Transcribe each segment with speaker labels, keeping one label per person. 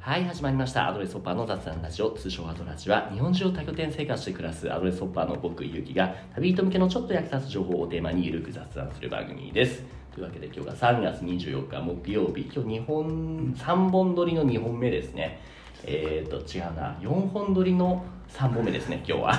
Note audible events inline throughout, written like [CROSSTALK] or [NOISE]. Speaker 1: はい、始まりました。アドレスホッパーの雑談ラジオ、通称アドラジは、日本中を多拠点生活して暮らすアドレスホッパーの僕、ゆうきが、旅人向けのちょっと役立つ情報をテーマにゆるく雑談する番組です。というわけで、今日が3月24日木曜日、今日2本、3本撮りの2本目ですね。えーと、違うな、4本撮りの3本目ですね、今日は。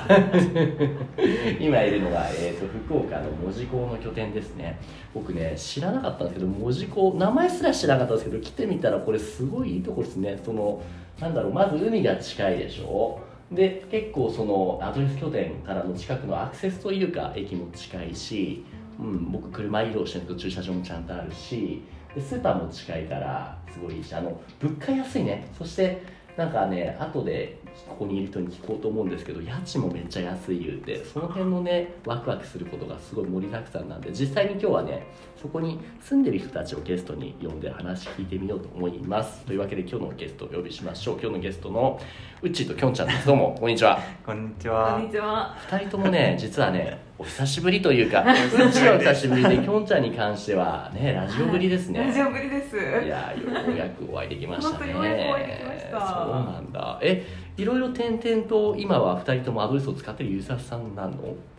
Speaker 1: [LAUGHS] 今いるのは、えー、と福岡の門司港の拠点ですね僕ね知らなかったんですけど門司港名前すら知らなかったんですけど来てみたらこれすごいいいとこですねそのなんだろうまず海が近いでしょで結構そのアドレス拠点からの近くのアクセスというか駅も近いし、うん、僕車移動してると駐車場もちゃんとあるしでスーパーも近いからすごいいいしあの物価安いねそしてなんかね後でここにいる人に聞こうと思うんですけど家賃もめっちゃ安い言うてその辺のねワクワクすることがすごい盛りだくさんなんで実際に今日はねそこに住んでる人たちをゲストに呼んで話聞いてみようと思いますというわけで今日のゲストをお呼びしましょう今日のゲストのうっちーときょんちゃんですどうもこんにちは
Speaker 2: こんにち
Speaker 3: こ
Speaker 2: は
Speaker 3: んに。ちは。
Speaker 1: 2人ともね実はねお久しぶりというかうっちーはお久しぶりできょんちゃんに関してはねラジオぶりですね、
Speaker 3: ラジオぶりです。
Speaker 1: いやーようやくお会いできましたね。
Speaker 3: 本当にようやくお会いできました
Speaker 1: そうなんだ。え、いろいろ点々と今は二人ともアドレスを使ってるユーザーさんなの？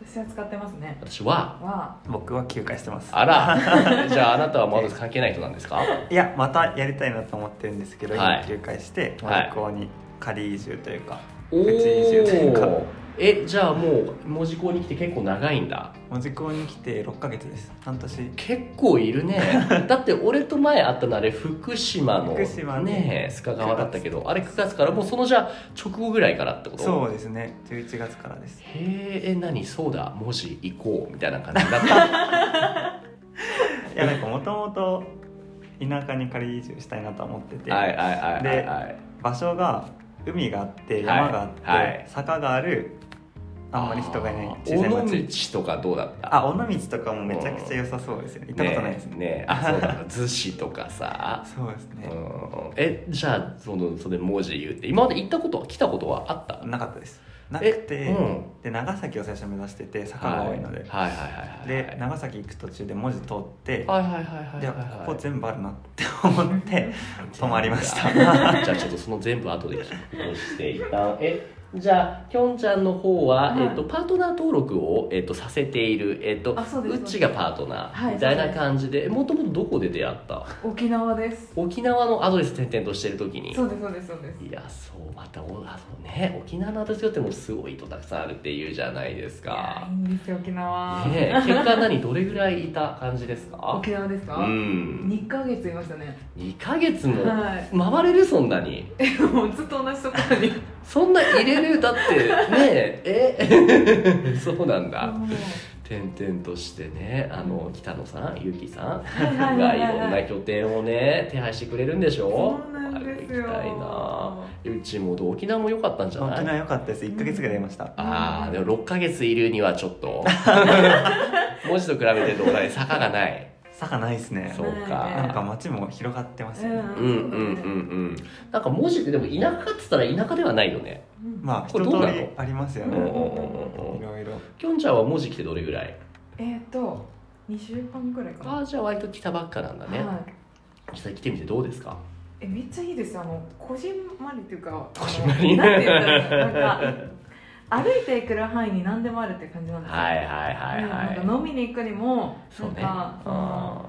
Speaker 3: 私は使ってますね。
Speaker 1: 私は。
Speaker 3: は、
Speaker 2: 僕は休暇してます。
Speaker 1: あ
Speaker 3: [LAUGHS]
Speaker 1: ら、じゃああなたはもうアドレス関係ない人なんです
Speaker 2: [LAUGHS]
Speaker 1: か？
Speaker 2: いや、またやりたいなと思ってるんですけど、
Speaker 1: はい
Speaker 2: 今休暇して、
Speaker 1: はい
Speaker 2: 向こうに仮移住というか、
Speaker 1: おお
Speaker 2: 移住というか、
Speaker 1: ー。え、じゃあもう門司港に来て結構長いんだ。
Speaker 2: 門司港に来て6ヶ月です。半年。
Speaker 1: 結構い
Speaker 3: [LAUGHS]
Speaker 1: るねだって俺と前会ったのあれ福島の
Speaker 2: 福島ね
Speaker 1: ね須賀川だったけどあれ9月からもうそのじゃあ直後ぐらいからってこと
Speaker 2: そうですね、11月からです。
Speaker 1: へええ何そうだ文字行こうみたいな感じになった
Speaker 2: いや、なんかもともと田舎に仮移住したいなと思ってて、
Speaker 1: はいはいはいはいはい
Speaker 2: 場所が海があって、
Speaker 1: はい
Speaker 2: 山があって、
Speaker 1: はい
Speaker 2: 坂がある、あんまり人がいない
Speaker 1: あー
Speaker 2: 小さい町。
Speaker 1: 尾道とかどうだった
Speaker 2: あ、尾道とかもめちゃくちゃ良さそうですよね。行ったことないですね。
Speaker 1: ねえねえあそうだ逗子とかさ
Speaker 2: そうですね。
Speaker 1: うんえじゃあそのそれ文字言うって今まで行ったことは来たことはあった
Speaker 2: なかったですなくて、
Speaker 1: えうん
Speaker 2: で長崎を最初目指してて坂が多いので、
Speaker 1: はいはいはいはいはい
Speaker 2: で長崎行く途中で文字通って、
Speaker 1: はいはいはいはい
Speaker 2: で
Speaker 1: はいはい
Speaker 2: ここ全部あるなって思って
Speaker 1: [LAUGHS]
Speaker 2: 止まりました
Speaker 1: じゃあちょっとその全部後で聞くとして一旦えじゃあきょんちゃんの方は、
Speaker 3: はい
Speaker 1: えっとパートナー登録を、えっとさせている、えっと
Speaker 3: あそうです
Speaker 1: っちがパートナ
Speaker 3: は
Speaker 1: ー
Speaker 3: い
Speaker 1: みたいな感じでもともとどこで出会った
Speaker 3: 沖縄です。
Speaker 1: 沖縄のアドレス転々としてる時に
Speaker 3: そうですそうですそうです。
Speaker 1: いやそうまたおあそうね沖縄のアドレスよってもうすごい人たくさんあるっていうじゃないです
Speaker 3: いや
Speaker 1: か
Speaker 3: いい、んですよ沖縄。
Speaker 1: ねえ、結果何どれぐらいいた感じですか
Speaker 3: 沖縄です
Speaker 1: う
Speaker 3: か？
Speaker 1: ん
Speaker 3: 二、ヶ月いましたね。
Speaker 1: 2ヶ月も
Speaker 3: はい
Speaker 1: 回れるそんなに
Speaker 3: もうずっと同じところに。
Speaker 1: そんな入れるだ
Speaker 3: [LAUGHS]
Speaker 1: ってねええ [LAUGHS] そうなんだ
Speaker 3: もう
Speaker 1: 点々としてねあの北野さんゆきさ
Speaker 3: はいは
Speaker 1: ん
Speaker 3: いは
Speaker 1: が
Speaker 3: い
Speaker 1: い
Speaker 3: はい
Speaker 1: ろんな拠点をね手配してくれるんでしょ
Speaker 3: そうなんですよ
Speaker 1: あれ行きたいなうちもどう沖縄も良かったんじゃ
Speaker 2: 沖
Speaker 1: ない
Speaker 2: 縄良かったです1ヶ月ぐらいいました、
Speaker 1: ああでも6ヶ月いるにはちょっ
Speaker 3: [LAUGHS]
Speaker 1: と文字と比べてどうだい坂がない
Speaker 2: 坂ないですね
Speaker 1: そう
Speaker 2: なんか
Speaker 1: か
Speaker 2: 街も広がってますよね、
Speaker 3: う
Speaker 1: う
Speaker 3: ん
Speaker 1: んうんうんうんなんか文字ってでも田舎っつったら田舎ではないよね
Speaker 3: うん
Speaker 2: まあ
Speaker 1: こ
Speaker 2: 一
Speaker 1: れ
Speaker 2: 通
Speaker 1: どうなの
Speaker 2: りありますよ
Speaker 1: うん
Speaker 2: ね、
Speaker 1: うんうんうんう
Speaker 2: い
Speaker 1: ん
Speaker 2: ろいろ
Speaker 1: きょんちゃんは文字来てどれぐらい
Speaker 3: えっ、と二週間ぐらいかな。
Speaker 1: あーじゃあ割と来たばっかなんだね、
Speaker 3: はい。
Speaker 1: 実際来てみてどうですか
Speaker 3: えめっちゃいいですあのこじんまりっていうか
Speaker 1: こじんまり
Speaker 3: あのなんていうんだろうなんか歩いてくる範囲に何でもあるって感じなんですよ、
Speaker 1: はいはいはいはい、
Speaker 3: なんか飲みに行くにも
Speaker 1: そうね
Speaker 3: なんかその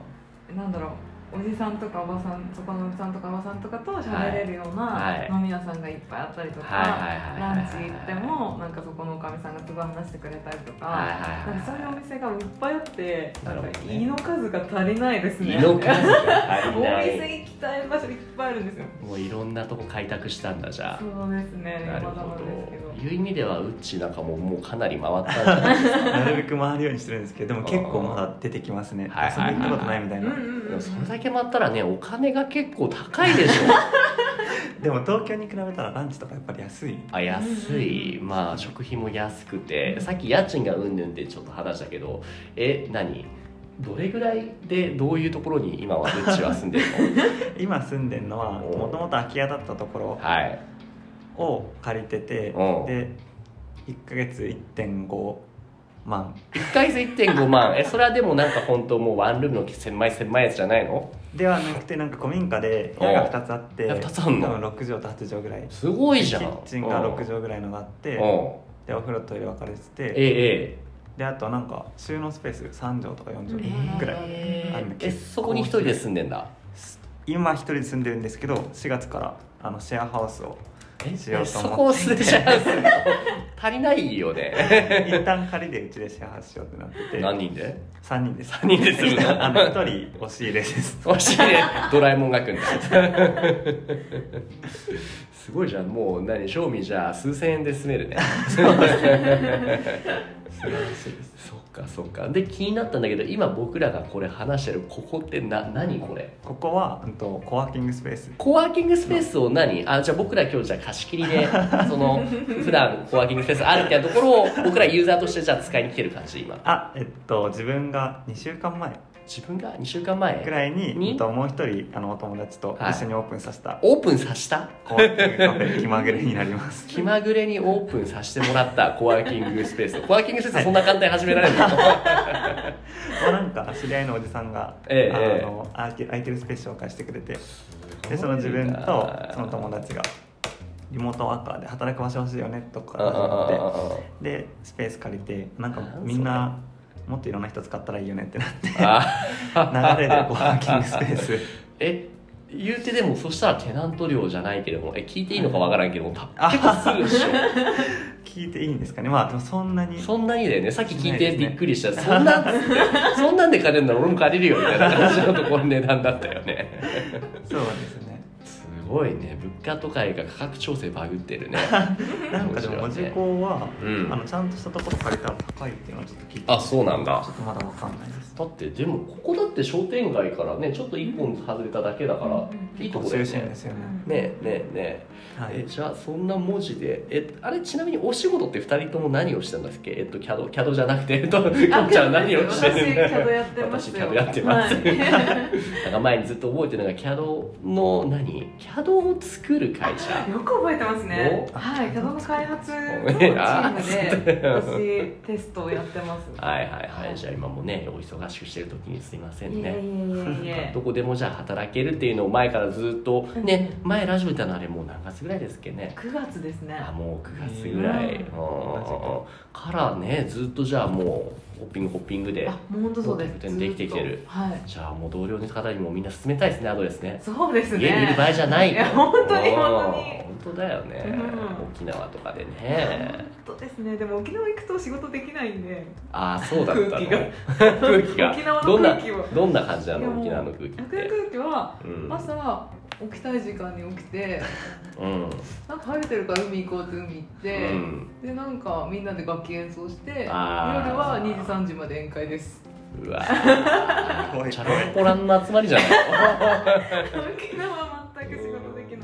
Speaker 1: あ
Speaker 3: なんだろうおじさんとかおばさんそこのおじさんとかおばさんとかと喋れるよう
Speaker 1: は
Speaker 3: ない飲み屋さんがいっぱいあったりとか、
Speaker 1: はいはいはいはい
Speaker 3: ランチ行ってもなんかそこのおかみさんがすごい話してくれたりとか、
Speaker 1: はいはい
Speaker 3: なんかそういうお
Speaker 1: は
Speaker 3: 店がいっぱいあって
Speaker 1: なるほどね
Speaker 3: んか胃の数が足りないです
Speaker 1: い
Speaker 3: ね
Speaker 1: 胃の数が足りな
Speaker 3: 大
Speaker 1: い
Speaker 3: 店行きたい場所いっぱいあるんですよ
Speaker 1: もういろんなとこ開拓したんだじゃ
Speaker 3: そうです
Speaker 1: あ
Speaker 3: ね
Speaker 1: なる
Speaker 3: まだ
Speaker 1: ほ
Speaker 3: まだですけど
Speaker 1: どいう意味ではうっちーなんかもうもうかなり回ったんじゃない
Speaker 2: なるべく回るようにしてるんですけどでも結構まだ出てきますね
Speaker 1: はい
Speaker 2: 遊びに行ったことないみたいな、
Speaker 3: うんうん
Speaker 1: で
Speaker 3: う
Speaker 1: も
Speaker 3: ん
Speaker 1: それだけ回ったらねお金が結構高いでしょ [LAUGHS]
Speaker 2: でも東京に比べたらランチとかやっぱり安い
Speaker 1: あ安いまあ食費も安くてさっき家賃がうんぬんってちょっと話したけどえ何どれぐらいでどういうところに今はうっちーは住んでるの [LAUGHS]
Speaker 2: 今住んでるのはもともと空き家だったところ
Speaker 1: はい
Speaker 2: を借りてて
Speaker 1: うん
Speaker 2: で1ヶ月1.5万
Speaker 1: 1回数1.5万えそれはでもなんか本当もうワンルームの狭い狭いやつじゃないの
Speaker 2: ではなくてなんか古民家で部屋が2つあっ
Speaker 1: お
Speaker 2: て
Speaker 1: ういや二つあんの
Speaker 2: 多分6畳と8畳ぐらい
Speaker 1: すごいじゃん
Speaker 2: キッチンが6畳ぐらいのがあっ
Speaker 1: うん
Speaker 2: てでお風呂トイレ分かれて
Speaker 1: え
Speaker 2: て
Speaker 1: え
Speaker 2: であとなんか収納スペース3畳とか4
Speaker 1: え
Speaker 2: 畳
Speaker 1: え
Speaker 2: ぐらいあるの
Speaker 1: えそこに一人で住んでんだ
Speaker 2: 今一人で住んでるんですけど4月からあのシェアハウス
Speaker 1: [LAUGHS]
Speaker 2: を
Speaker 1: え
Speaker 2: しようと思って
Speaker 1: そこを捨てちゃう足りないよね
Speaker 2: 一旦借りでうちでシェアハウスしようってなってて
Speaker 1: 何人で
Speaker 2: 3人です
Speaker 1: 三人でするの
Speaker 2: [LAUGHS] あの1人押し入れです
Speaker 1: おしいねドラえもんがくんだすごいじゃんもう何賞味じゃあ数千円で住めるね [LAUGHS] そっかそっかで気になったんだけど今僕らがこれ話してるここってな何これ
Speaker 2: ここは、うん、とコワーキングスペース
Speaker 1: コワーキングスペースを何あじゃあ僕ら今日じゃあ貸し切り
Speaker 2: [LAUGHS]
Speaker 1: でその普段コワーキングスペースあるってところを僕らユーザーとしてじゃあ使いに来てる感じ今
Speaker 2: あえっと自分が2週間前
Speaker 1: 自分が2週間前
Speaker 2: ぐらいに、
Speaker 1: に
Speaker 2: うんともう一人あのお友達と一緒にオープンさせた、
Speaker 1: オープンさした
Speaker 2: コワーキングカフェ気まぐれになりま
Speaker 1: [LAUGHS]
Speaker 2: す
Speaker 1: 気まぐれにオープンさせてもらったコワーキングスペースコワーキングスペースそんな簡単に始められるの
Speaker 2: もうなんか知り合いのおじさんが、
Speaker 1: ええええ
Speaker 2: あの空き空いてるスペース紹介してくれてでその自分とその友達がリモートワーカーで働く場所欲しいよねとか
Speaker 1: うんうん
Speaker 2: 始まっ
Speaker 1: うんうん
Speaker 2: てでスペース借りてなんか
Speaker 1: あー
Speaker 2: みんなもっといろんな人使ったらいいよねってな
Speaker 1: [LAUGHS]
Speaker 2: って
Speaker 1: あ
Speaker 2: 流れでコワーキングスペース
Speaker 1: [LAUGHS] え言うてでもそしたらテナント料じゃないけれどもえ聞いていいのかわからんけどもた結構するでしょ
Speaker 2: [LAUGHS] 聞いていいんですかねまあでもそんなに
Speaker 1: そんなにだよねさっき聞い
Speaker 2: しないで
Speaker 1: て
Speaker 2: すね
Speaker 1: びっくりした、そん [LAUGHS] なんつってそんなんで借りるなら俺も借りるよみたいな感じのところの値段だったよね
Speaker 2: そうですね
Speaker 1: すごいね物価とかが価格調整バグってる [LAUGHS] ね
Speaker 2: なんかでも文字工は、
Speaker 1: うん
Speaker 2: あのちゃんとしたところ借りたら高いっていうのはちょっと聞いて
Speaker 1: あそうなんだ
Speaker 2: ちょっとまだわかんないです
Speaker 1: だってでもここだって商店街からねちょっと一本外れただけだから、
Speaker 3: うん
Speaker 1: いいとこだよ
Speaker 2: 中
Speaker 1: ね
Speaker 2: 心で
Speaker 1: ね
Speaker 2: すよね、
Speaker 1: えねえね
Speaker 2: は
Speaker 1: ええ
Speaker 2: い、
Speaker 1: じゃあそんな文字でえあれちなみにお仕事って2人とも何をしてんだっけえっとキャドキャドじゃなくてえっとキャ
Speaker 3: あ
Speaker 1: ドちゃん何をして
Speaker 3: 私
Speaker 1: るん
Speaker 3: キ
Speaker 1: だ
Speaker 3: ャドやってます
Speaker 1: 私キャドやってます、なんか前にずっと覚えてるのがキャドの何キャドを作る会社
Speaker 3: はいよく覚えてますね
Speaker 1: お
Speaker 3: はいキャドの開発のチ
Speaker 1: あ
Speaker 3: ームで私テストをやってます
Speaker 1: はいはいはいじゃあ今もねお忙しくしてる時にすいません
Speaker 3: い
Speaker 1: ね
Speaker 3: えいえいえいえ
Speaker 1: どこでもじゃあ働けるっていうのを前からずっとね前ラジオでたのあれもう何月ぐらいですっけね
Speaker 3: 9月ですね
Speaker 1: あもう9月ぐらい、
Speaker 3: うん
Speaker 1: うんからねずっとじゃあもうホッピングホッピングで
Speaker 3: あもう本当そうです
Speaker 1: もうできてきてる
Speaker 3: ずっとはい
Speaker 1: じゃあもう同僚の方にもみんな勧めたいですねアドレスね
Speaker 3: そうですね
Speaker 1: 家にいる場合じゃない
Speaker 3: いや本当に
Speaker 1: うん
Speaker 3: 本当に
Speaker 1: 本当だよね、
Speaker 3: うん
Speaker 1: 沖縄とかでね
Speaker 3: 本当ですねでも沖縄行くと仕事できないんで
Speaker 1: ああそうだったの
Speaker 3: 空気が
Speaker 1: 空気が
Speaker 3: 沖縄の
Speaker 1: どんな
Speaker 3: 空気を
Speaker 1: どんな感じない
Speaker 3: やも
Speaker 1: の
Speaker 3: う
Speaker 1: 沖縄の空気っ
Speaker 3: 楽屋
Speaker 1: て、
Speaker 3: 空気は
Speaker 1: うん
Speaker 3: 朝起きたい時間に起き
Speaker 1: [LAUGHS]
Speaker 3: て
Speaker 1: うん
Speaker 3: なんか晴れてるから海行こうって海行って、
Speaker 1: うん
Speaker 3: でなんかみんなで楽器演奏して夜
Speaker 1: あー
Speaker 3: は2時3時まで宴会です
Speaker 1: うわ
Speaker 2: 怖い
Speaker 1: チャランポランの集まりじゃない
Speaker 3: 沖縄は全く仕事できない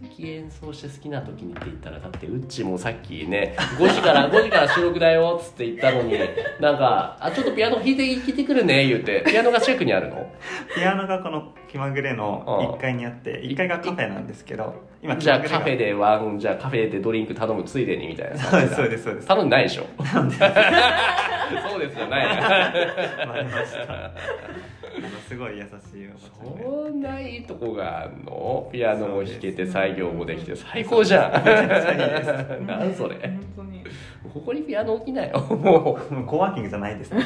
Speaker 1: 楽器演奏して好きな時にって言ったらだってうっちーもさっきね5時から5時から [LAUGHS] 収録だよっつって言ったのになんか「あちょっとピアノ弾いて弾いてくるね」言うてピアノが近くにあるの
Speaker 2: ピアノがこの気まぐれの1階にあって
Speaker 1: うん
Speaker 2: 1階がカフェなんですけど今
Speaker 1: じゃあカフェ
Speaker 2: で
Speaker 1: でワンじゃあカフェでドリンク頼むついでにみたいな
Speaker 2: [LAUGHS] そうですそうですそうです
Speaker 1: 頼んでないでしょ [LAUGHS] そうですじゃない
Speaker 2: バレましたあのすごい優しいおばちゃんで
Speaker 1: そんないいとこがあんのピアノも弾けて作業もできて最高じゃ
Speaker 2: めちゃくちゃいいです
Speaker 1: んなんそれ
Speaker 3: 本当に
Speaker 1: ここにピアノ置きなよもう
Speaker 2: もうコワーキングじゃな
Speaker 1: [LAUGHS]
Speaker 2: いですね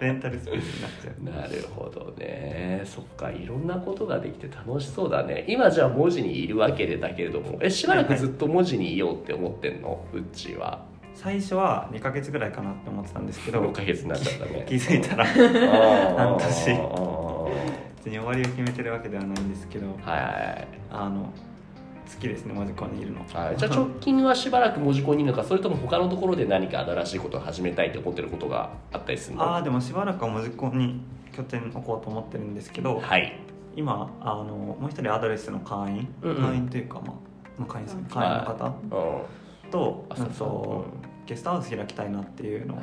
Speaker 2: レンタルスペースになっちゃう
Speaker 1: なるほどねそっかいろんなことができて楽しそうだね今じゃあ文字にいるわけでだけれどもえしばらくずっと文字にいようって思ってんのうちは
Speaker 2: 最初は2ヶ月ぐらいかなって思ってたんですけど
Speaker 1: [LAUGHS] 6ヶ月になっちゃったね
Speaker 2: [LAUGHS] 気づいたら
Speaker 1: あー
Speaker 2: 半年
Speaker 1: あー
Speaker 2: 別に終わりを決めてるわけではないんですけど
Speaker 1: は
Speaker 2: あの好きですねマジコンにいるの
Speaker 1: い、はい、じゃあ直近はしばらく文字コンにいるのかそれとも他のところで何か新しいことを始めたいって思ってることがあったりするの
Speaker 2: [LAUGHS] ああでもしばらくは文字コンに拠点置こうと思ってるんですけど
Speaker 1: はい
Speaker 2: 今あのもう一人アドレスの会員、
Speaker 1: うんうん
Speaker 2: 会員というか、まあまあ、会員さん会員の方
Speaker 1: うん
Speaker 2: と
Speaker 1: あそ
Speaker 2: なん
Speaker 1: う
Speaker 2: と
Speaker 1: そう
Speaker 2: ゲストハウス開きたいなっていうのを考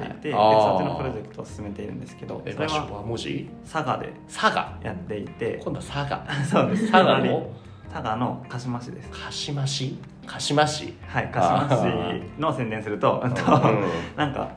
Speaker 2: えていてで
Speaker 1: はいはい
Speaker 2: そっち
Speaker 1: あ
Speaker 2: の
Speaker 1: ー
Speaker 2: プロジェクトを進めているんですけど
Speaker 1: え
Speaker 2: それ
Speaker 1: 場所
Speaker 2: は
Speaker 1: は文字
Speaker 2: 佐賀で
Speaker 1: 佐賀
Speaker 2: やっていて
Speaker 1: 今度は佐賀
Speaker 2: [LAUGHS] そうです
Speaker 1: 佐賀の
Speaker 2: 隣 [LAUGHS] 佐賀の鹿島市です
Speaker 1: 鹿島市鹿島市
Speaker 2: はい鹿島市の宣伝するとうんと
Speaker 1: うん
Speaker 2: なんか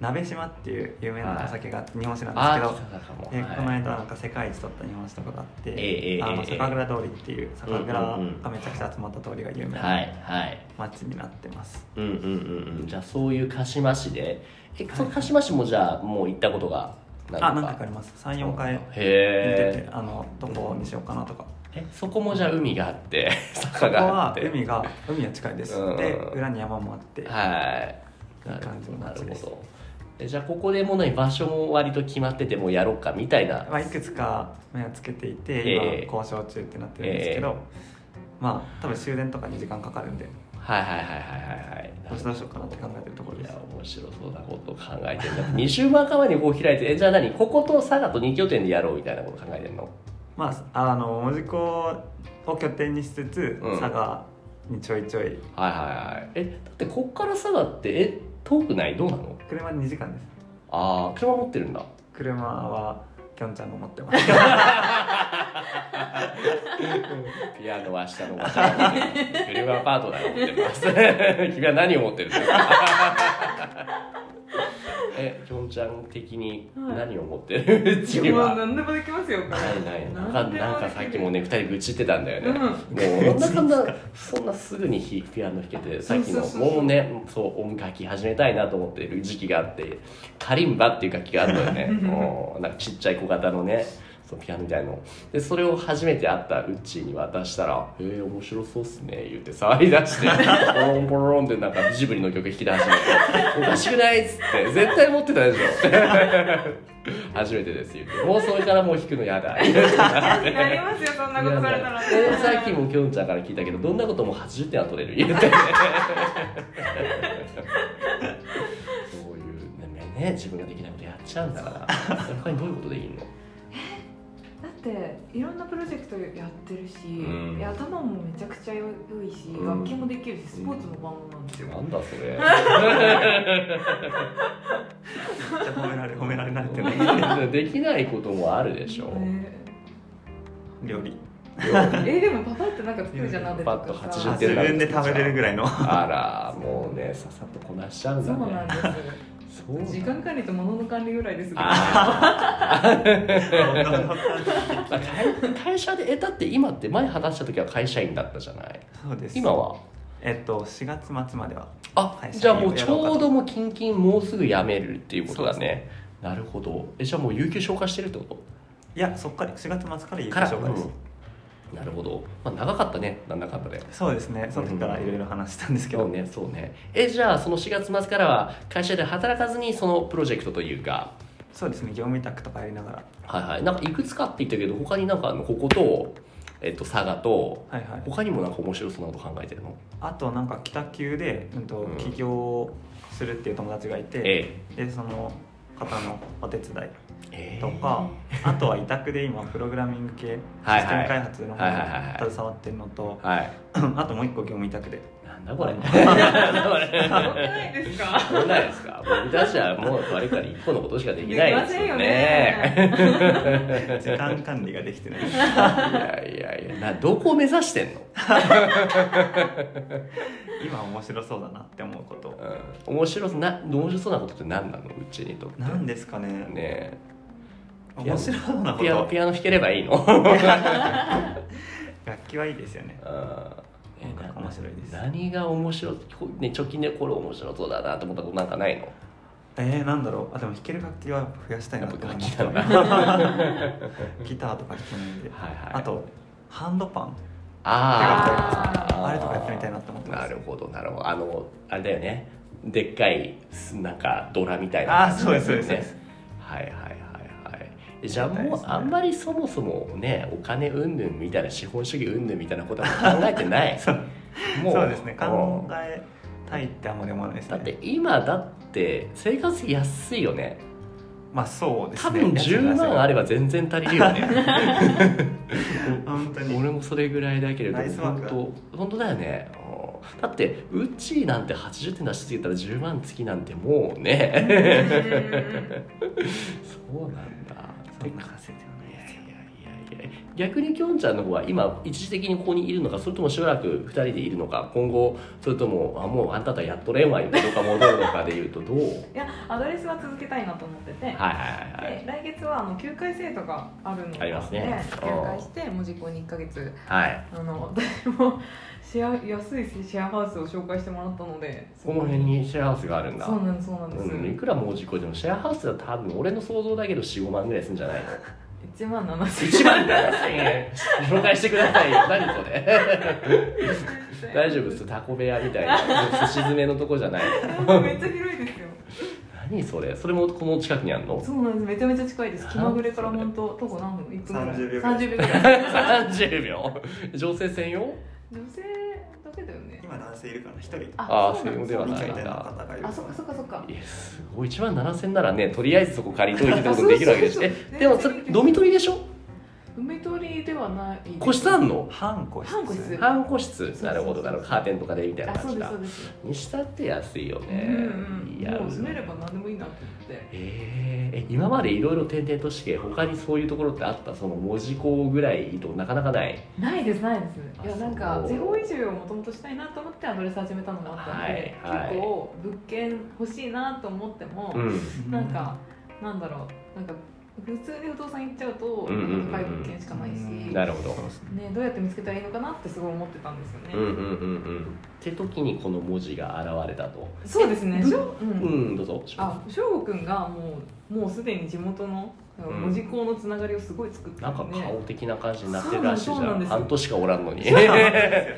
Speaker 2: 鍋島っていう有名なお酒が日本酒な
Speaker 1: あ
Speaker 2: ん
Speaker 1: ー
Speaker 2: です
Speaker 1: 来たかも
Speaker 2: けどで
Speaker 1: はい
Speaker 2: この間なんか世界一取った日本酒とかがあっ
Speaker 1: えええ
Speaker 2: て
Speaker 1: え
Speaker 2: あの
Speaker 1: ええ
Speaker 2: 酒蔵通りっていう酒蔵が
Speaker 1: うんうんうん
Speaker 2: めちゃくちゃ集まった通りが有名
Speaker 1: は
Speaker 2: ない
Speaker 1: はい
Speaker 2: 街になってます
Speaker 1: うんうんうんうんじゃあそういう鹿島市でえその鹿島市もじゃあもう行ったことが何
Speaker 2: あ何回かあります34回
Speaker 1: へ
Speaker 2: 見てて
Speaker 1: え
Speaker 2: あのどこにしようかなとか
Speaker 1: えそこもじゃあ海があって
Speaker 2: こ
Speaker 1: [LAUGHS] 坂
Speaker 2: こ
Speaker 1: があっ
Speaker 2: は
Speaker 1: て
Speaker 2: 海が海は近いです
Speaker 1: うん
Speaker 2: で裏に山もあって
Speaker 1: はい
Speaker 2: いい感じの
Speaker 1: なる
Speaker 2: 街です
Speaker 1: ほどえじゃあここでもう何場所も割と決まっててもうやろうかみたいな
Speaker 2: まあ、いくつか目をつけてい
Speaker 1: え
Speaker 2: て
Speaker 1: え
Speaker 2: 今交渉中ってなってるんですけど、まあ多分終電とかに時間かかるんで
Speaker 1: はいはいはいはいはいはい
Speaker 2: どうしどうしようかなって考えてるところ
Speaker 1: い
Speaker 2: です
Speaker 1: や面白そうなことを考えてる [LAUGHS] な二週間間にこう開いてえじゃあ何ここと佐賀と二拠点でやろうみたいなこと考えてるの
Speaker 2: まああの門司港を拠点にしつつ、
Speaker 1: うん
Speaker 2: 佐賀にちょいちょい
Speaker 1: はいはいはいえだってこっから佐賀ってえ遠くないどうなの
Speaker 2: 車で2時間です
Speaker 1: ああ車持ってるんだ
Speaker 2: 車はきょんちゃんが持ってます
Speaker 1: ピアノは明日のお茶車パートナーを持ってます君は何を持ってるんですか [LAUGHS] えきょんちゃん的に何を持ってるうち
Speaker 3: もう
Speaker 1: は
Speaker 3: 何でもできますよこれ
Speaker 1: ないないなんか
Speaker 3: 何でもできる
Speaker 1: なんかさっきもね2人愚痴ってたんだよね、
Speaker 3: うん
Speaker 1: もうそんなそんなすぐにひピアノ弾けてさっきの
Speaker 3: そうそうそうそう
Speaker 1: もうねそう音楽き始めたいなと思っている時期があってカリンバっていう楽器があったよねもうなんかちっちゃい小型のねそうピアノみたいのでそれを初めて会ったうっちーに渡したら「えー、面白そうっすね」言って騒ぎ出してポロンポロンってなんかジブリの曲弾き出始めて「おかしくない?」っつって「絶対持ってたでしょ」 [LAUGHS] 初めてです言ってもうそれからもう弾くのやだ
Speaker 3: なりますよそんなことされ
Speaker 1: [LAUGHS]
Speaker 3: たら
Speaker 1: でさっきもきょんちゃんから聞いたけどどんなことも80点は取れる言ってそういうねね自分ができないことやっちゃうんだから他にどういうことできるの
Speaker 3: だっていろんなプロジェクトやってるし、
Speaker 1: うん
Speaker 3: で頭もめちゃくちゃ良いし、
Speaker 1: うん
Speaker 3: 楽器もできるしスポーツも万能なんですよ、
Speaker 1: なんだそれ
Speaker 2: めっちゃ褒められ褒められ慣れてない
Speaker 1: できないこともあるでしょ、
Speaker 3: ね
Speaker 2: 料理
Speaker 3: えでもパパってなんか作るじゃん鍋と
Speaker 1: パ
Speaker 3: か
Speaker 1: ッ
Speaker 3: さ
Speaker 1: と
Speaker 2: あ
Speaker 1: 80
Speaker 2: 自分で食べれるぐらいの
Speaker 1: あらもうねさっさとこなしちゃうん
Speaker 3: そ
Speaker 1: だ
Speaker 3: う
Speaker 1: ね
Speaker 3: なんです
Speaker 1: そうなんだ
Speaker 3: 時間管理と物の管理ぐらいですけど
Speaker 1: あー
Speaker 2: そ
Speaker 1: まあ会会社でえだって今って前話した時は会社員だったじゃないう
Speaker 2: です
Speaker 1: 今は
Speaker 2: えっと4月末までは
Speaker 1: あ、
Speaker 2: はい
Speaker 1: じゃあもうちょうどもうキンキンもうすぐ辞めるっていうことだねなるほどえじゃあもう有給消化してるってこ
Speaker 2: いやそっから4月末から有
Speaker 1: と
Speaker 2: 給消化です、
Speaker 1: うんなるほど、まあ、長かったねなんだかんだで
Speaker 2: そうですねその時からいろいろ話したんですけど、
Speaker 1: そうねそうねえじゃあその4月末からは会社で働かずにそのプロジェクトというか
Speaker 2: そうですね業務委託とかやりながら
Speaker 1: はいはいなんかいくつかって言ったけど他になんかあのここと、えっと、佐賀と
Speaker 2: はいはい
Speaker 1: 他にもなんか面白そうなこと考えてるの
Speaker 2: あとなんか北急で、うんと
Speaker 1: うん
Speaker 2: 起業するっていう友達がいて、
Speaker 1: え
Speaker 2: でその方のお手伝
Speaker 1: え
Speaker 2: いとか、あとは委託で今プログラミング系シ
Speaker 1: はいはい
Speaker 2: ステム開発の方
Speaker 1: はいはいはいはい
Speaker 2: に携わってるのと、
Speaker 1: [LAUGHS] はい
Speaker 2: あともう一個業務委託で
Speaker 1: なんだこれなんだこれ [LAUGHS]
Speaker 3: すごくないですか
Speaker 1: どうないですか僕たちはもうあれから一個のことしかできないですよね。
Speaker 3: できませんよね
Speaker 2: 時間管理がで
Speaker 1: [LAUGHS]
Speaker 2: きてない
Speaker 1: いやいやいやなどこを目指してんの、
Speaker 2: 今面白そうだなって思うこと
Speaker 1: うん、面白そうな面白そうなことって何なのうちにとって
Speaker 2: なんですかね
Speaker 1: ね
Speaker 2: 面白そうな
Speaker 1: え
Speaker 2: こ
Speaker 1: ピアノ
Speaker 2: と
Speaker 1: ピアノ弾ければいいの、うん
Speaker 2: 楽器はいいですよね
Speaker 1: えな
Speaker 2: 面白いです
Speaker 1: 何が面白い、こね、直近でこれ面白そうだなと思ったことなんかないの
Speaker 2: えー、なんだろうあでも弾ける楽器はやっぱ増やしたい
Speaker 1: や
Speaker 2: な
Speaker 1: っ
Speaker 2: と
Speaker 1: ぱ
Speaker 2: 思い
Speaker 1: 楽
Speaker 2: ま
Speaker 1: 器
Speaker 2: し
Speaker 1: な
Speaker 2: た
Speaker 1: のか
Speaker 2: [LAUGHS] ギターとか弾けないんで、
Speaker 1: はいはい
Speaker 2: あとハンドパン
Speaker 1: あー
Speaker 2: あれとかやってみたいなと思ってます
Speaker 1: なるほどなるほどあのあれだよねでっかいすなんかドラみたい
Speaker 2: あ
Speaker 1: な
Speaker 2: ーそうですそうです
Speaker 1: ね
Speaker 2: そうです
Speaker 1: はいはいはいはいえじゃあ
Speaker 2: そうで
Speaker 1: もう
Speaker 2: すね
Speaker 1: あんまりそもそもねお金云々みたいな資本主義云々みたいなことは考えてない
Speaker 2: [LAUGHS]
Speaker 1: も
Speaker 2: そうですね考
Speaker 1: も
Speaker 2: えたいってあんまり思わないで
Speaker 1: う
Speaker 2: す
Speaker 1: だ
Speaker 2: ね
Speaker 1: って今だって生活費安いよね
Speaker 2: まあそうです
Speaker 1: 多
Speaker 2: ね
Speaker 1: 分10万あれば全然足りるよね
Speaker 2: 本当に
Speaker 1: 俺もそれぐらいだけれど
Speaker 2: ナイスワークだ
Speaker 1: 本当本当だよねうんだってうっちーなんて80点出しすぎたら10万月なんてもうね [LAUGHS] そうなんだ
Speaker 2: そんな稼
Speaker 1: や
Speaker 2: いではない
Speaker 1: いやいやいや逆にきょんちゃんの方は今一時的にここにいるのかそれともしばらく2人でいるのか今後それともあもうあんたとはやっとれんわよとか戻るのかでいうとどうはい
Speaker 3: いやアドレスは続けたいなと思ってて、
Speaker 1: はいはい
Speaker 3: で来月はあの休会制度があるので
Speaker 1: ありますね
Speaker 3: 休会してもう時効に1ヶ月
Speaker 1: はいはい
Speaker 3: あの私もシェア安いシェアハウスを紹介してもらったので
Speaker 1: この辺にシェアハウスがあるんだ
Speaker 3: そうなんですそうなんです、
Speaker 1: うん、いくらもう事故でもシェアハウスは多分俺の想像だけど45万ぐらいするんじゃないの
Speaker 3: 1万7
Speaker 1: 1万7000円紹介してくださいよ何それ
Speaker 3: 0
Speaker 1: 大丈夫ですタコ部屋みたいなすし詰めのとこじゃない
Speaker 3: めっちゃ広いですよ
Speaker 1: 何それそれもこの近くにあるの
Speaker 3: そうなんですめちゃめちゃ近いです気まぐれから本当徒歩何分1分ぐらい
Speaker 2: 30秒ぐらい
Speaker 3: 30秒ぐらい
Speaker 1: 30秒女性専用
Speaker 3: 女性だけだよね
Speaker 2: 今男性いるから一人
Speaker 1: ああ
Speaker 3: そうなん
Speaker 1: 専用では
Speaker 2: み
Speaker 1: な
Speaker 2: た
Speaker 1: い
Speaker 2: い
Speaker 1: ん
Speaker 2: な
Speaker 1: だ
Speaker 2: 方がいる
Speaker 3: あそっかそっかそっか
Speaker 1: いやすごい1万7000ならねとりあえずそこ借りといてってことできるわけでしょ
Speaker 3: そうそうそう
Speaker 1: えでもそれドミトリーでしょ
Speaker 3: 梅取りではない
Speaker 1: 個室あんの
Speaker 2: 半個室
Speaker 3: 半個室
Speaker 1: 半個室
Speaker 3: そう
Speaker 1: なるほどなるほどカーテンとかでみたいな
Speaker 3: あそ
Speaker 1: 感
Speaker 3: う
Speaker 1: じ
Speaker 3: です
Speaker 1: だ
Speaker 3: そうです、
Speaker 1: にしたって安いよね、
Speaker 3: うん
Speaker 1: い
Speaker 3: うん
Speaker 1: や
Speaker 3: もう住めれば何でもいいなと思って
Speaker 1: えーえ今までいろいろ転々として他にそういうところってあったその文字工ぐらいとなかなかない
Speaker 3: ないですないです
Speaker 1: あ
Speaker 3: いやなんか
Speaker 1: そう
Speaker 3: 地方移住をもともとしたいなと思ってアドレス始めたのがあったので、
Speaker 1: はいはい
Speaker 3: 結構物件欲しいなと思っても、
Speaker 1: うん
Speaker 3: なんかなんだろうなんか普通で不動産行っちゃうと
Speaker 1: うんうんうんうん
Speaker 3: 高い物件しかないし、
Speaker 2: うん
Speaker 1: なるほど
Speaker 2: そうですね
Speaker 3: ね、どうやって見つけたらいいのかなってすごい思ってたんですよね、
Speaker 1: うんうんうんうんって時にこの文字が現れたと
Speaker 3: そうですね
Speaker 1: え
Speaker 3: しょ、う、
Speaker 1: うんんどうぞ
Speaker 3: あ翔吾くんがもうもうすでに地元の
Speaker 1: ん
Speaker 3: 文字工のつながりをすごい作って
Speaker 1: なんか
Speaker 3: ね
Speaker 1: 顔的な感じになってるらしいじゃ
Speaker 3: そうなん
Speaker 1: ん
Speaker 3: です
Speaker 1: 半年かおらんのに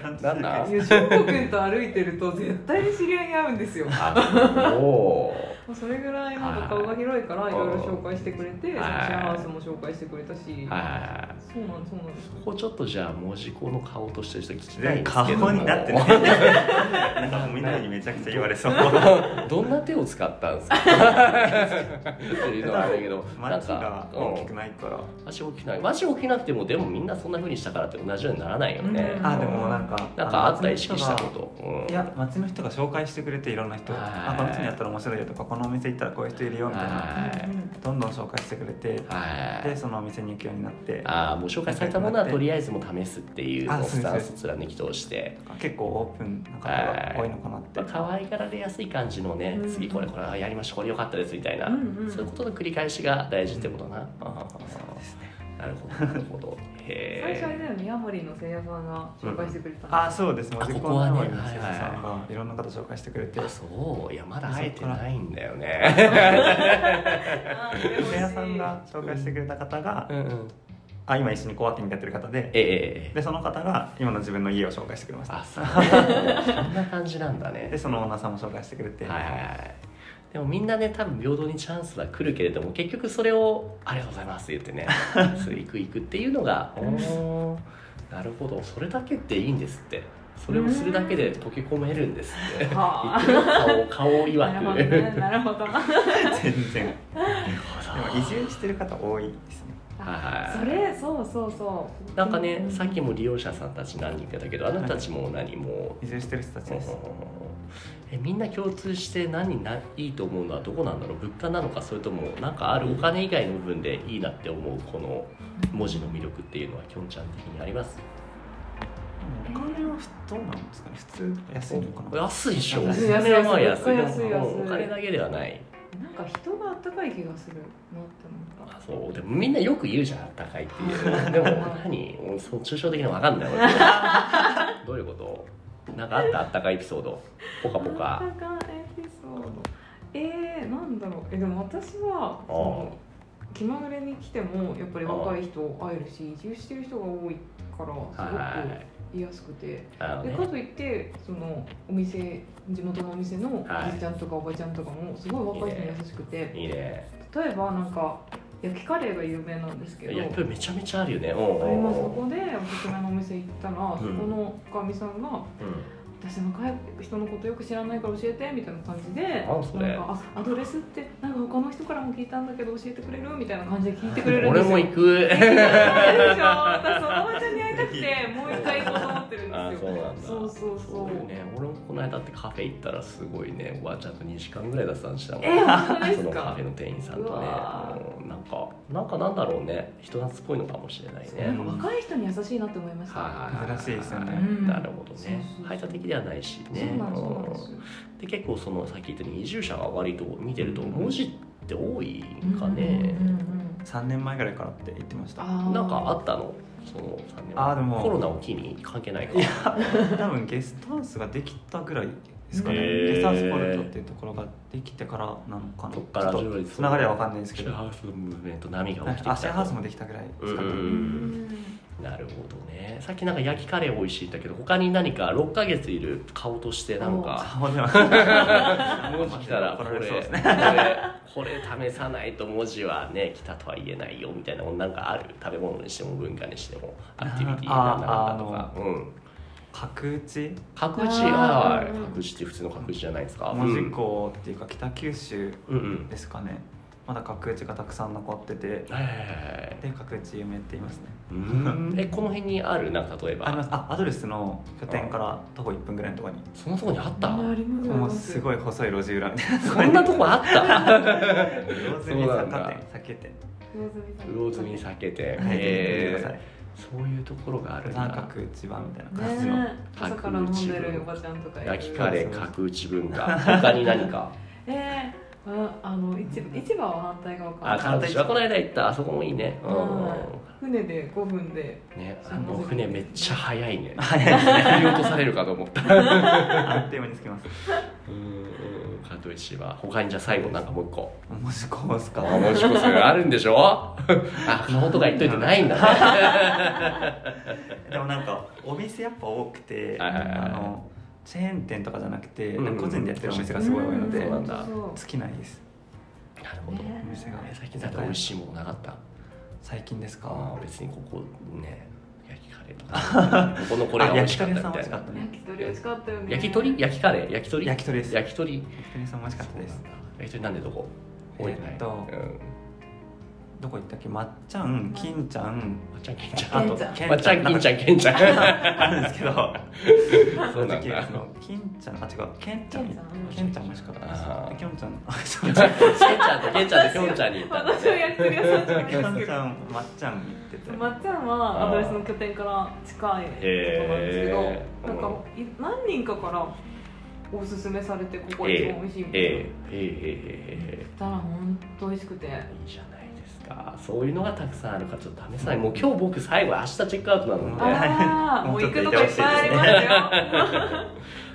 Speaker 2: 半年だ
Speaker 1: なん
Speaker 2: け
Speaker 3: いや翔吾くんと歩いてると絶対に知り合いに会う
Speaker 1: [LAUGHS]
Speaker 3: んですよ
Speaker 1: あお
Speaker 3: それぐらいなんか顔が広いから
Speaker 1: はい
Speaker 3: いろいろ紹介してくれてそ
Speaker 1: は
Speaker 3: の
Speaker 1: い
Speaker 3: シェアハウスも紹介してくれたし
Speaker 1: ーはい
Speaker 3: そうなんそうなんです
Speaker 1: ここちょっとじゃあ文字工の顔としてちょっと聞きたいん
Speaker 2: で
Speaker 1: ですけども
Speaker 2: 顔になってね [LAUGHS] なんかもうみんなにめちゃくちゃ言われそう [LAUGHS]
Speaker 1: どんな手を使ったんですかっていうのはあれだけど
Speaker 2: マ
Speaker 1: なん
Speaker 2: ッチ
Speaker 1: か
Speaker 2: が大きくないから
Speaker 1: マジ起きないマジ起きなくてもでもみんなそんな風にしたからって同じようにならないよね、
Speaker 3: うん
Speaker 2: あでもなんか
Speaker 1: なんかあった
Speaker 2: の
Speaker 1: 意識したこと、うん、
Speaker 2: いや町の人が紹介してくれていろんな人
Speaker 1: はい
Speaker 2: あこの人にやったら面白いよとかこのお店行ったらこういう人いるよみたいな
Speaker 1: はい
Speaker 2: どんどん紹介してくれて
Speaker 1: はい
Speaker 2: でそのお店に行くようになって
Speaker 1: ああもう紹介されたものはとりあえずもう試すっていう
Speaker 2: あ
Speaker 1: スタンス
Speaker 2: そう
Speaker 1: 貫き通して
Speaker 2: 結構オープンな方が多いのかなって
Speaker 1: まあ可愛がられやすい感じのね、
Speaker 3: うん
Speaker 1: 次これこれあやりましょうこれ良かったですみたいな、
Speaker 3: うんうん
Speaker 1: そういうことの繰り返しが大事ってことな、あ
Speaker 2: そうですね
Speaker 1: あなるほどなるほ
Speaker 3: [LAUGHS]
Speaker 1: ど
Speaker 3: 最初あれ
Speaker 1: へ
Speaker 3: だよねヤモリのせいやさんが紹介してくれた
Speaker 2: あ
Speaker 3: の
Speaker 2: そうです
Speaker 1: あ
Speaker 2: もう
Speaker 1: ここはね
Speaker 2: の生徒さんがいろんな方紹介してくれて
Speaker 1: えあそういやまだ会えてないんだよ
Speaker 3: あ
Speaker 1: ね
Speaker 3: ー羨ましい
Speaker 2: 店屋さんが紹介してくれた方が
Speaker 1: うん [LAUGHS] うん
Speaker 2: あ今一緒にコワーキングやってる方で
Speaker 1: ええええ
Speaker 2: でその方が今の自分の家を紹介してくれました
Speaker 1: あ
Speaker 3: [LAUGHS]
Speaker 1: そうそんな感じなんだね
Speaker 2: でそのオーナーさんも紹介してくれて、
Speaker 1: はいはいはいでもみんなね多分平等にチャンスは来るけれども結局それを「ありがとうございます」って言ってね「そう行く行く」っていうのがおーなるほどそれだけっていいんですってそれをするだけで溶け込めるんですって
Speaker 3: はあ
Speaker 1: 顔顔いわ
Speaker 3: な
Speaker 1: く
Speaker 3: るほどねなるほど
Speaker 2: 全
Speaker 1: [LAUGHS]
Speaker 2: 然でも移住してる方多いですね
Speaker 1: はい
Speaker 3: それそうそうそ
Speaker 1: [LAUGHS]
Speaker 3: う
Speaker 1: なんかねさっきも利用者さんたち何人かだけどあなたたちも何も
Speaker 2: 移住してる人たち
Speaker 1: うん
Speaker 2: です
Speaker 1: えみんな共通して何ないいと思うのはどこなんだろう物価なのかそれともなんかあるお金以外の部分でいいなって思うこの文字の魅力っていうのはきょんちゃん的にあります
Speaker 2: お金はどうなんですかね普通安いのかな
Speaker 1: 安いでしょ
Speaker 2: 安い
Speaker 1: お金はまあ
Speaker 3: 安
Speaker 1: 安
Speaker 3: い
Speaker 1: い
Speaker 3: 安い
Speaker 1: でも
Speaker 3: 安い
Speaker 1: お金だけではない
Speaker 3: なんか人があったかい気がするなって思った
Speaker 1: あそうでもみんなよく言うじゃんあったかいっていうでも何もうそう抽象的なの分かんない俺どういうことなんかあったあったかいエピソードポカポ
Speaker 3: あ
Speaker 1: カ
Speaker 3: ったかいエピソードえー、なんだろうえでも私はそ
Speaker 1: あ
Speaker 3: の気まぐれに来てもやっぱり若い人会えるし移住してる人が多いから
Speaker 1: は
Speaker 3: すご
Speaker 1: い
Speaker 3: く居やすくて、
Speaker 1: あの
Speaker 3: で
Speaker 1: ね
Speaker 3: かといってそのお店地元のお店の
Speaker 1: はい
Speaker 3: おじちゃんとかおばちゃんとかもすごい若い人に優しくて
Speaker 1: いいね
Speaker 3: 例えばなんか焼きカレーが有名なんですけど
Speaker 1: やっぱりめちゃめちゃあるよねうんうん
Speaker 3: ありますそ
Speaker 1: うん
Speaker 3: こでおすすめのお店行ったら、そこのおかみさんが「私のか人のことよく知らないから教えて」みたいな感じで
Speaker 1: なんそれ
Speaker 3: なんかあアドレスってなんか他の人からも聞いたんだけど教えてくれる?」みたいな感じで聞いてくれるん
Speaker 1: 俺
Speaker 3: ですよ
Speaker 1: も行く
Speaker 3: 行きたいでしょ私そのおばちゃんに会いたくてもう一回行こうと思ってるん
Speaker 1: あ
Speaker 3: です
Speaker 1: そう
Speaker 3: よ
Speaker 1: なんだ
Speaker 3: そうそうそう
Speaker 1: だよね俺もこの間ってカフェ行ったらすごいねおばあちゃんと2時間ぐらい雑談したもん
Speaker 3: え本当ですか
Speaker 1: そのカフェの店員さんとね
Speaker 3: うわ
Speaker 1: もうなんかなんかなんだろうね人懐っこいのかもしれない
Speaker 3: なん
Speaker 1: ね
Speaker 3: か若い人に優しいなって思いました、
Speaker 1: はいはいは
Speaker 2: 珍しいですよね
Speaker 3: うん
Speaker 1: なるほどね
Speaker 3: そうそうそう
Speaker 1: 排他的ではないし
Speaker 3: そう
Speaker 1: ね
Speaker 3: なんですそうなんです
Speaker 1: うんで結構そのさっき言ったように移住者が割と見てると文字って多いんかね
Speaker 3: うんうんうん
Speaker 2: 3年前ぐらいからって言ってました
Speaker 3: あー
Speaker 1: なんかあったのその三年
Speaker 2: あーでも
Speaker 1: コロナを機に関係ないか
Speaker 2: 多分ゲストハウスができたぐらいですかね、
Speaker 1: へー
Speaker 2: ゲストハウスポルトっていうところができてからなのかな
Speaker 1: そっから
Speaker 2: ちょっとつながりは分かんないです
Speaker 1: シ
Speaker 2: け
Speaker 1: ェ
Speaker 2: ど
Speaker 1: アハウスのムーブメント波が
Speaker 2: は
Speaker 1: 起き
Speaker 2: い
Speaker 1: てきた
Speaker 2: あシェアハウスもできたぐらいですかね、
Speaker 1: うんうん
Speaker 3: うん
Speaker 1: なるほどねさっきなんか焼きカレー美味しいって言ったけど他に何か6ヶ月いる顔としてなん
Speaker 2: [LAUGHS] あ
Speaker 1: か
Speaker 2: ほんでは
Speaker 1: 文字来たら
Speaker 2: 怒
Speaker 1: こ
Speaker 2: ら
Speaker 1: れ
Speaker 2: れそうですね
Speaker 1: これこれ試さないと文字はね来たとは言えないよみたいなもんなんかある食べ物にしても文化にしてもアクティビティなんだかんだとか
Speaker 2: あ
Speaker 1: うん
Speaker 2: 角打ち
Speaker 1: 角打ち
Speaker 3: あ
Speaker 1: は
Speaker 3: ー
Speaker 1: い角打ちって普通の角打ちじゃないですか
Speaker 2: 門司港っていうか北九州
Speaker 1: うんうん
Speaker 2: ですかねまだ角打ちがたくさん残っててで
Speaker 1: うんはいはいはいはい
Speaker 2: 角打ち有名って言いますね
Speaker 1: うんえこの辺にあるなんか例えば
Speaker 2: ありますあアドレスの拠点から徒歩1分ぐらいのところに
Speaker 1: そんなとこにあった
Speaker 3: あります
Speaker 2: もうすご
Speaker 3: い
Speaker 2: い細い路地裏みたいな
Speaker 1: そんなとこあった
Speaker 2: 魚住
Speaker 1: そうなん
Speaker 2: 酒
Speaker 1: だ
Speaker 2: 店酒店
Speaker 1: 魚住み酒店
Speaker 2: はい
Speaker 1: へ
Speaker 2: ぜひ行っ
Speaker 1: ー
Speaker 2: てみてください
Speaker 1: そういうところがあるんだ
Speaker 2: 三角内場みたいな感じの、
Speaker 3: ねえ朝から飲んでるおばちゃんとかいる
Speaker 1: 焼きカレー角打ち文
Speaker 2: [LAUGHS]
Speaker 1: 化他に何か
Speaker 3: えーああの市市場は反対側か
Speaker 1: あ
Speaker 3: ら
Speaker 1: カルチはこの間行ったあそこもいいねう
Speaker 3: 船で5分で
Speaker 1: んねあの船めっちゃ速いね
Speaker 2: 早いですね
Speaker 1: 振り落とされるかと思
Speaker 2: [LAUGHS]
Speaker 1: った
Speaker 2: あっという間に着きます
Speaker 1: うんうんカルチは他にじゃあ最後なんかもう一個
Speaker 2: もしこうす
Speaker 1: あ
Speaker 2: か
Speaker 1: もしこそれあるんでしょあ顔とか言っといてないんだね
Speaker 2: [LAUGHS] でもなんかお店やっぱ多くて
Speaker 1: はいはいはい
Speaker 2: あのチェーン店とかじゃなくて、
Speaker 1: うんうん
Speaker 2: 個人でやってるお店がすごい多いので、
Speaker 1: うんそうなん
Speaker 2: 尽
Speaker 1: だ
Speaker 2: きないです
Speaker 1: なるほど
Speaker 3: ね
Speaker 2: お店が
Speaker 1: え最近なんか美味しいものなかった
Speaker 2: 最近です
Speaker 1: あ
Speaker 2: か
Speaker 1: ー別にここね焼きカレーと
Speaker 2: [LAUGHS]
Speaker 1: かここのこれが美味しかったみ
Speaker 2: あ
Speaker 1: た
Speaker 2: 焼き鳥
Speaker 1: い
Speaker 2: 屋さん美味しか
Speaker 1: な
Speaker 2: ったね
Speaker 3: 焼き鳥
Speaker 1: 焼き鳥
Speaker 3: 美味しかったよね
Speaker 1: 焼きカレー焼き鳥
Speaker 2: 焼き鳥です
Speaker 1: 焼き鳥
Speaker 2: 焼き鳥屋さんも美味しかったです
Speaker 1: 焼き鳥なんでどこ覚えてない
Speaker 2: えーっと
Speaker 1: うん
Speaker 2: どこ行ったっけまっちゃん金ちゃん
Speaker 1: まっちゃんけんちゃん
Speaker 2: あと
Speaker 3: けん
Speaker 1: まっちゃんけんちゃんけんちゃん
Speaker 2: あるんですけど
Speaker 1: [LAUGHS] そうなん
Speaker 2: 時系
Speaker 1: だ
Speaker 2: 列の金ちゃんあ違うケンちゃん
Speaker 3: ケンちゃん
Speaker 2: ケンちゃんも美味しかった
Speaker 1: あー
Speaker 2: ですでキョンちゃん [LAUGHS] あ
Speaker 1: け
Speaker 2: そ
Speaker 1: ん
Speaker 2: う
Speaker 1: ちゃんとけんちゃんときょんちゃんに
Speaker 2: [LAUGHS]
Speaker 1: 行ったんだ
Speaker 3: 私は
Speaker 1: ね
Speaker 3: 焼き鳥屋さんじゃない
Speaker 2: キ
Speaker 3: です
Speaker 2: ョ
Speaker 3: け
Speaker 2: ン
Speaker 1: [LAUGHS]
Speaker 2: ちゃ
Speaker 3: ど
Speaker 2: んまっちゃん行ってて
Speaker 3: まっちゃんはアドレスの拠点から近いところなんですけど、
Speaker 1: へー
Speaker 3: なんかい何人かからおすすめされてここが一番美味しいみたいな、
Speaker 1: ええええええええ
Speaker 3: 行ったら本当美味しくて
Speaker 1: いいじゃないですかそういうのがたくさんあるからちょっと試さないもう今日僕最後明日チェックアウトなので
Speaker 3: ああもう行くとこいっぱいありますよ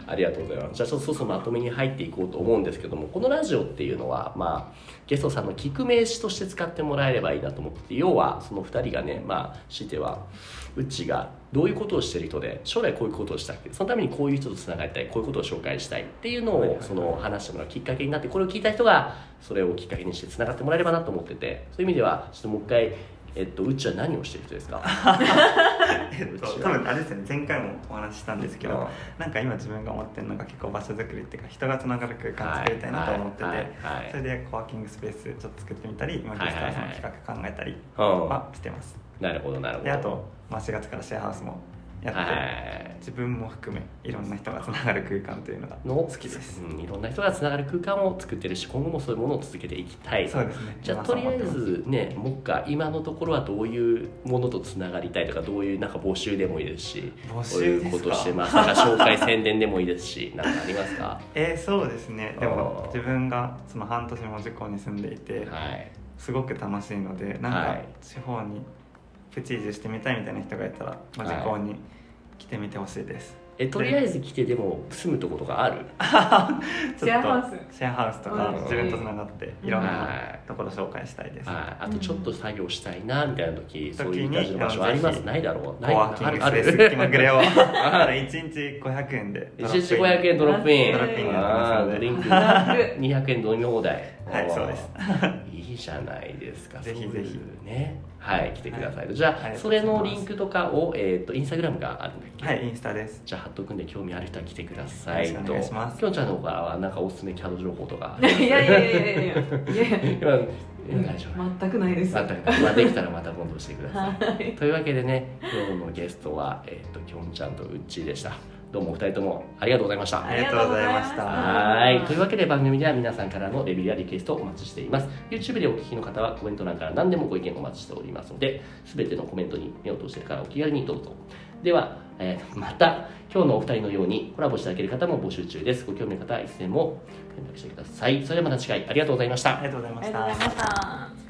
Speaker 1: ありがとうございます。じゃあちょっとそうそうまとめに入っていこうと思うんですけども、このラジオっていうのは、まあ、ゲストさんの聞く名詞として使ってもらえればいいなと思ってて、要はその2人がね、まあ、強いては、うちがどういうことをしてる人で、将来こういうことをしたくて、そのためにこういう人とつながりたい、こういうことを紹介したいっていうの
Speaker 2: はい
Speaker 1: を
Speaker 2: はい、はい
Speaker 1: その話してもらうきっかけになって、これを聞いた人が、それをきっかけにしてつながってもらえればなと思ってて、そういう意味では、ちょっともう一回、えっと、うちは何をしてる人ですか
Speaker 2: [LAUGHS] えっと多分あれですよね前回もお話ししたんですけ
Speaker 1: う
Speaker 2: ど
Speaker 1: ん
Speaker 2: なんか今自分が思ってるのが結構場所作りっていうか人がつながる空間作りたいなと思って
Speaker 1: はい
Speaker 2: て
Speaker 1: はいはい
Speaker 2: それでコワーキングスペースちょっと作ってみたり今ゲストハウスの企画考えたり
Speaker 1: うん
Speaker 2: はしてます
Speaker 1: なるほど、なるほど。
Speaker 2: であと、まあ、4月からシェアハウスもや
Speaker 1: はいはいは
Speaker 2: って
Speaker 1: い
Speaker 2: 自分も含めいろんな人がつながる空間というのが
Speaker 1: の
Speaker 2: 好きです
Speaker 1: うん、いろんな人がつながる空間を作ってるし今後もそういうものを続けていきたい
Speaker 2: そうですね
Speaker 1: じゃあ
Speaker 2: 今
Speaker 1: と
Speaker 2: そう
Speaker 1: りあ
Speaker 2: 思っ
Speaker 1: え
Speaker 2: てます
Speaker 1: ずねもう一回今のところはどういうものとつながりたいとかどういうなんか募集でもいいですし
Speaker 2: 募
Speaker 1: こうい
Speaker 2: 集
Speaker 1: う
Speaker 2: で
Speaker 1: こ
Speaker 2: す
Speaker 1: と
Speaker 2: か
Speaker 1: してますとか紹介宣伝でもいいですし何かあります
Speaker 2: [LAUGHS]
Speaker 1: か
Speaker 2: えー、そうですねで
Speaker 1: あ
Speaker 2: も
Speaker 1: ー
Speaker 2: 自分がその半年門司港に住んでいて
Speaker 1: はい
Speaker 2: すごく楽しいのでなん
Speaker 1: は
Speaker 2: か
Speaker 1: い
Speaker 2: 地方にプチ移住してみたいみたいな人がいたら門司港に来てみてほしいです、
Speaker 1: えとりあえず来てでも住むとことがある
Speaker 2: ちょっと
Speaker 3: シェアハウ
Speaker 2: スシェアハウスと
Speaker 1: う
Speaker 2: か
Speaker 1: ん
Speaker 2: 自分とつながっていろん
Speaker 1: は
Speaker 2: ないところ紹介したいです、
Speaker 1: はいあとちょっと作業したいなみたいな時、そういう
Speaker 2: 時に
Speaker 1: 感じの場所ありま
Speaker 2: ぜ
Speaker 1: す
Speaker 2: ひ
Speaker 1: ないだろうな
Speaker 2: コ
Speaker 1: い
Speaker 2: ワーキング
Speaker 1: あ
Speaker 2: スペ
Speaker 1: る
Speaker 2: ース気ま
Speaker 1: あ
Speaker 2: ぐ
Speaker 1: る
Speaker 2: れを
Speaker 1: [LAUGHS]
Speaker 2: 1日500円でドロップ
Speaker 1: 1
Speaker 2: イン
Speaker 1: 日500円ドロップイン
Speaker 3: ドロップイン
Speaker 2: になってま
Speaker 1: あ
Speaker 2: すので
Speaker 1: ードリンク
Speaker 3: る
Speaker 1: 200円飲み放題
Speaker 2: はいそうです
Speaker 1: いいじゃないですか
Speaker 2: ぜひ
Speaker 1: そういう
Speaker 2: ぜひ
Speaker 1: ねはい来てください、じゃあ
Speaker 2: ありがとうございます
Speaker 1: それのリンクとかを、えー、とインスタグラムがあるんだっけ、
Speaker 2: はいインスタです
Speaker 1: じゃあ貼っとくんで興味ある人は来てください
Speaker 2: よろしく
Speaker 1: と
Speaker 2: お願いします
Speaker 1: きょんちゃんの方からはなんかおすすめキャド情報とか [LAUGHS]
Speaker 3: いやいやいやいやいやい
Speaker 1: 今
Speaker 3: や
Speaker 1: 大丈夫
Speaker 3: 全くないです
Speaker 1: またまあできたらまた今度してください
Speaker 3: はい
Speaker 1: というわけでね今日のゲストは、えー、ときょんちゃんとうっちーでしたどうもお二人ともありがとうございました
Speaker 2: ありがとうございました
Speaker 1: はい。というわけで番組では皆さんからのレビューやリクエストをお待ちしています。YouTube でお聞きの方はコメント欄から何でもご意見お待ちしておりますので、すべてのコメントに目を通してからお気軽にどうぞ。では、えーまた今日のお二人のようにコラボしていただける方も募集中です。ご興味の方はいつでも連絡してください。それではまた次回ありがとうございました
Speaker 2: あり。がとうございま
Speaker 3: あり
Speaker 2: し
Speaker 3: がと
Speaker 2: た
Speaker 3: うございました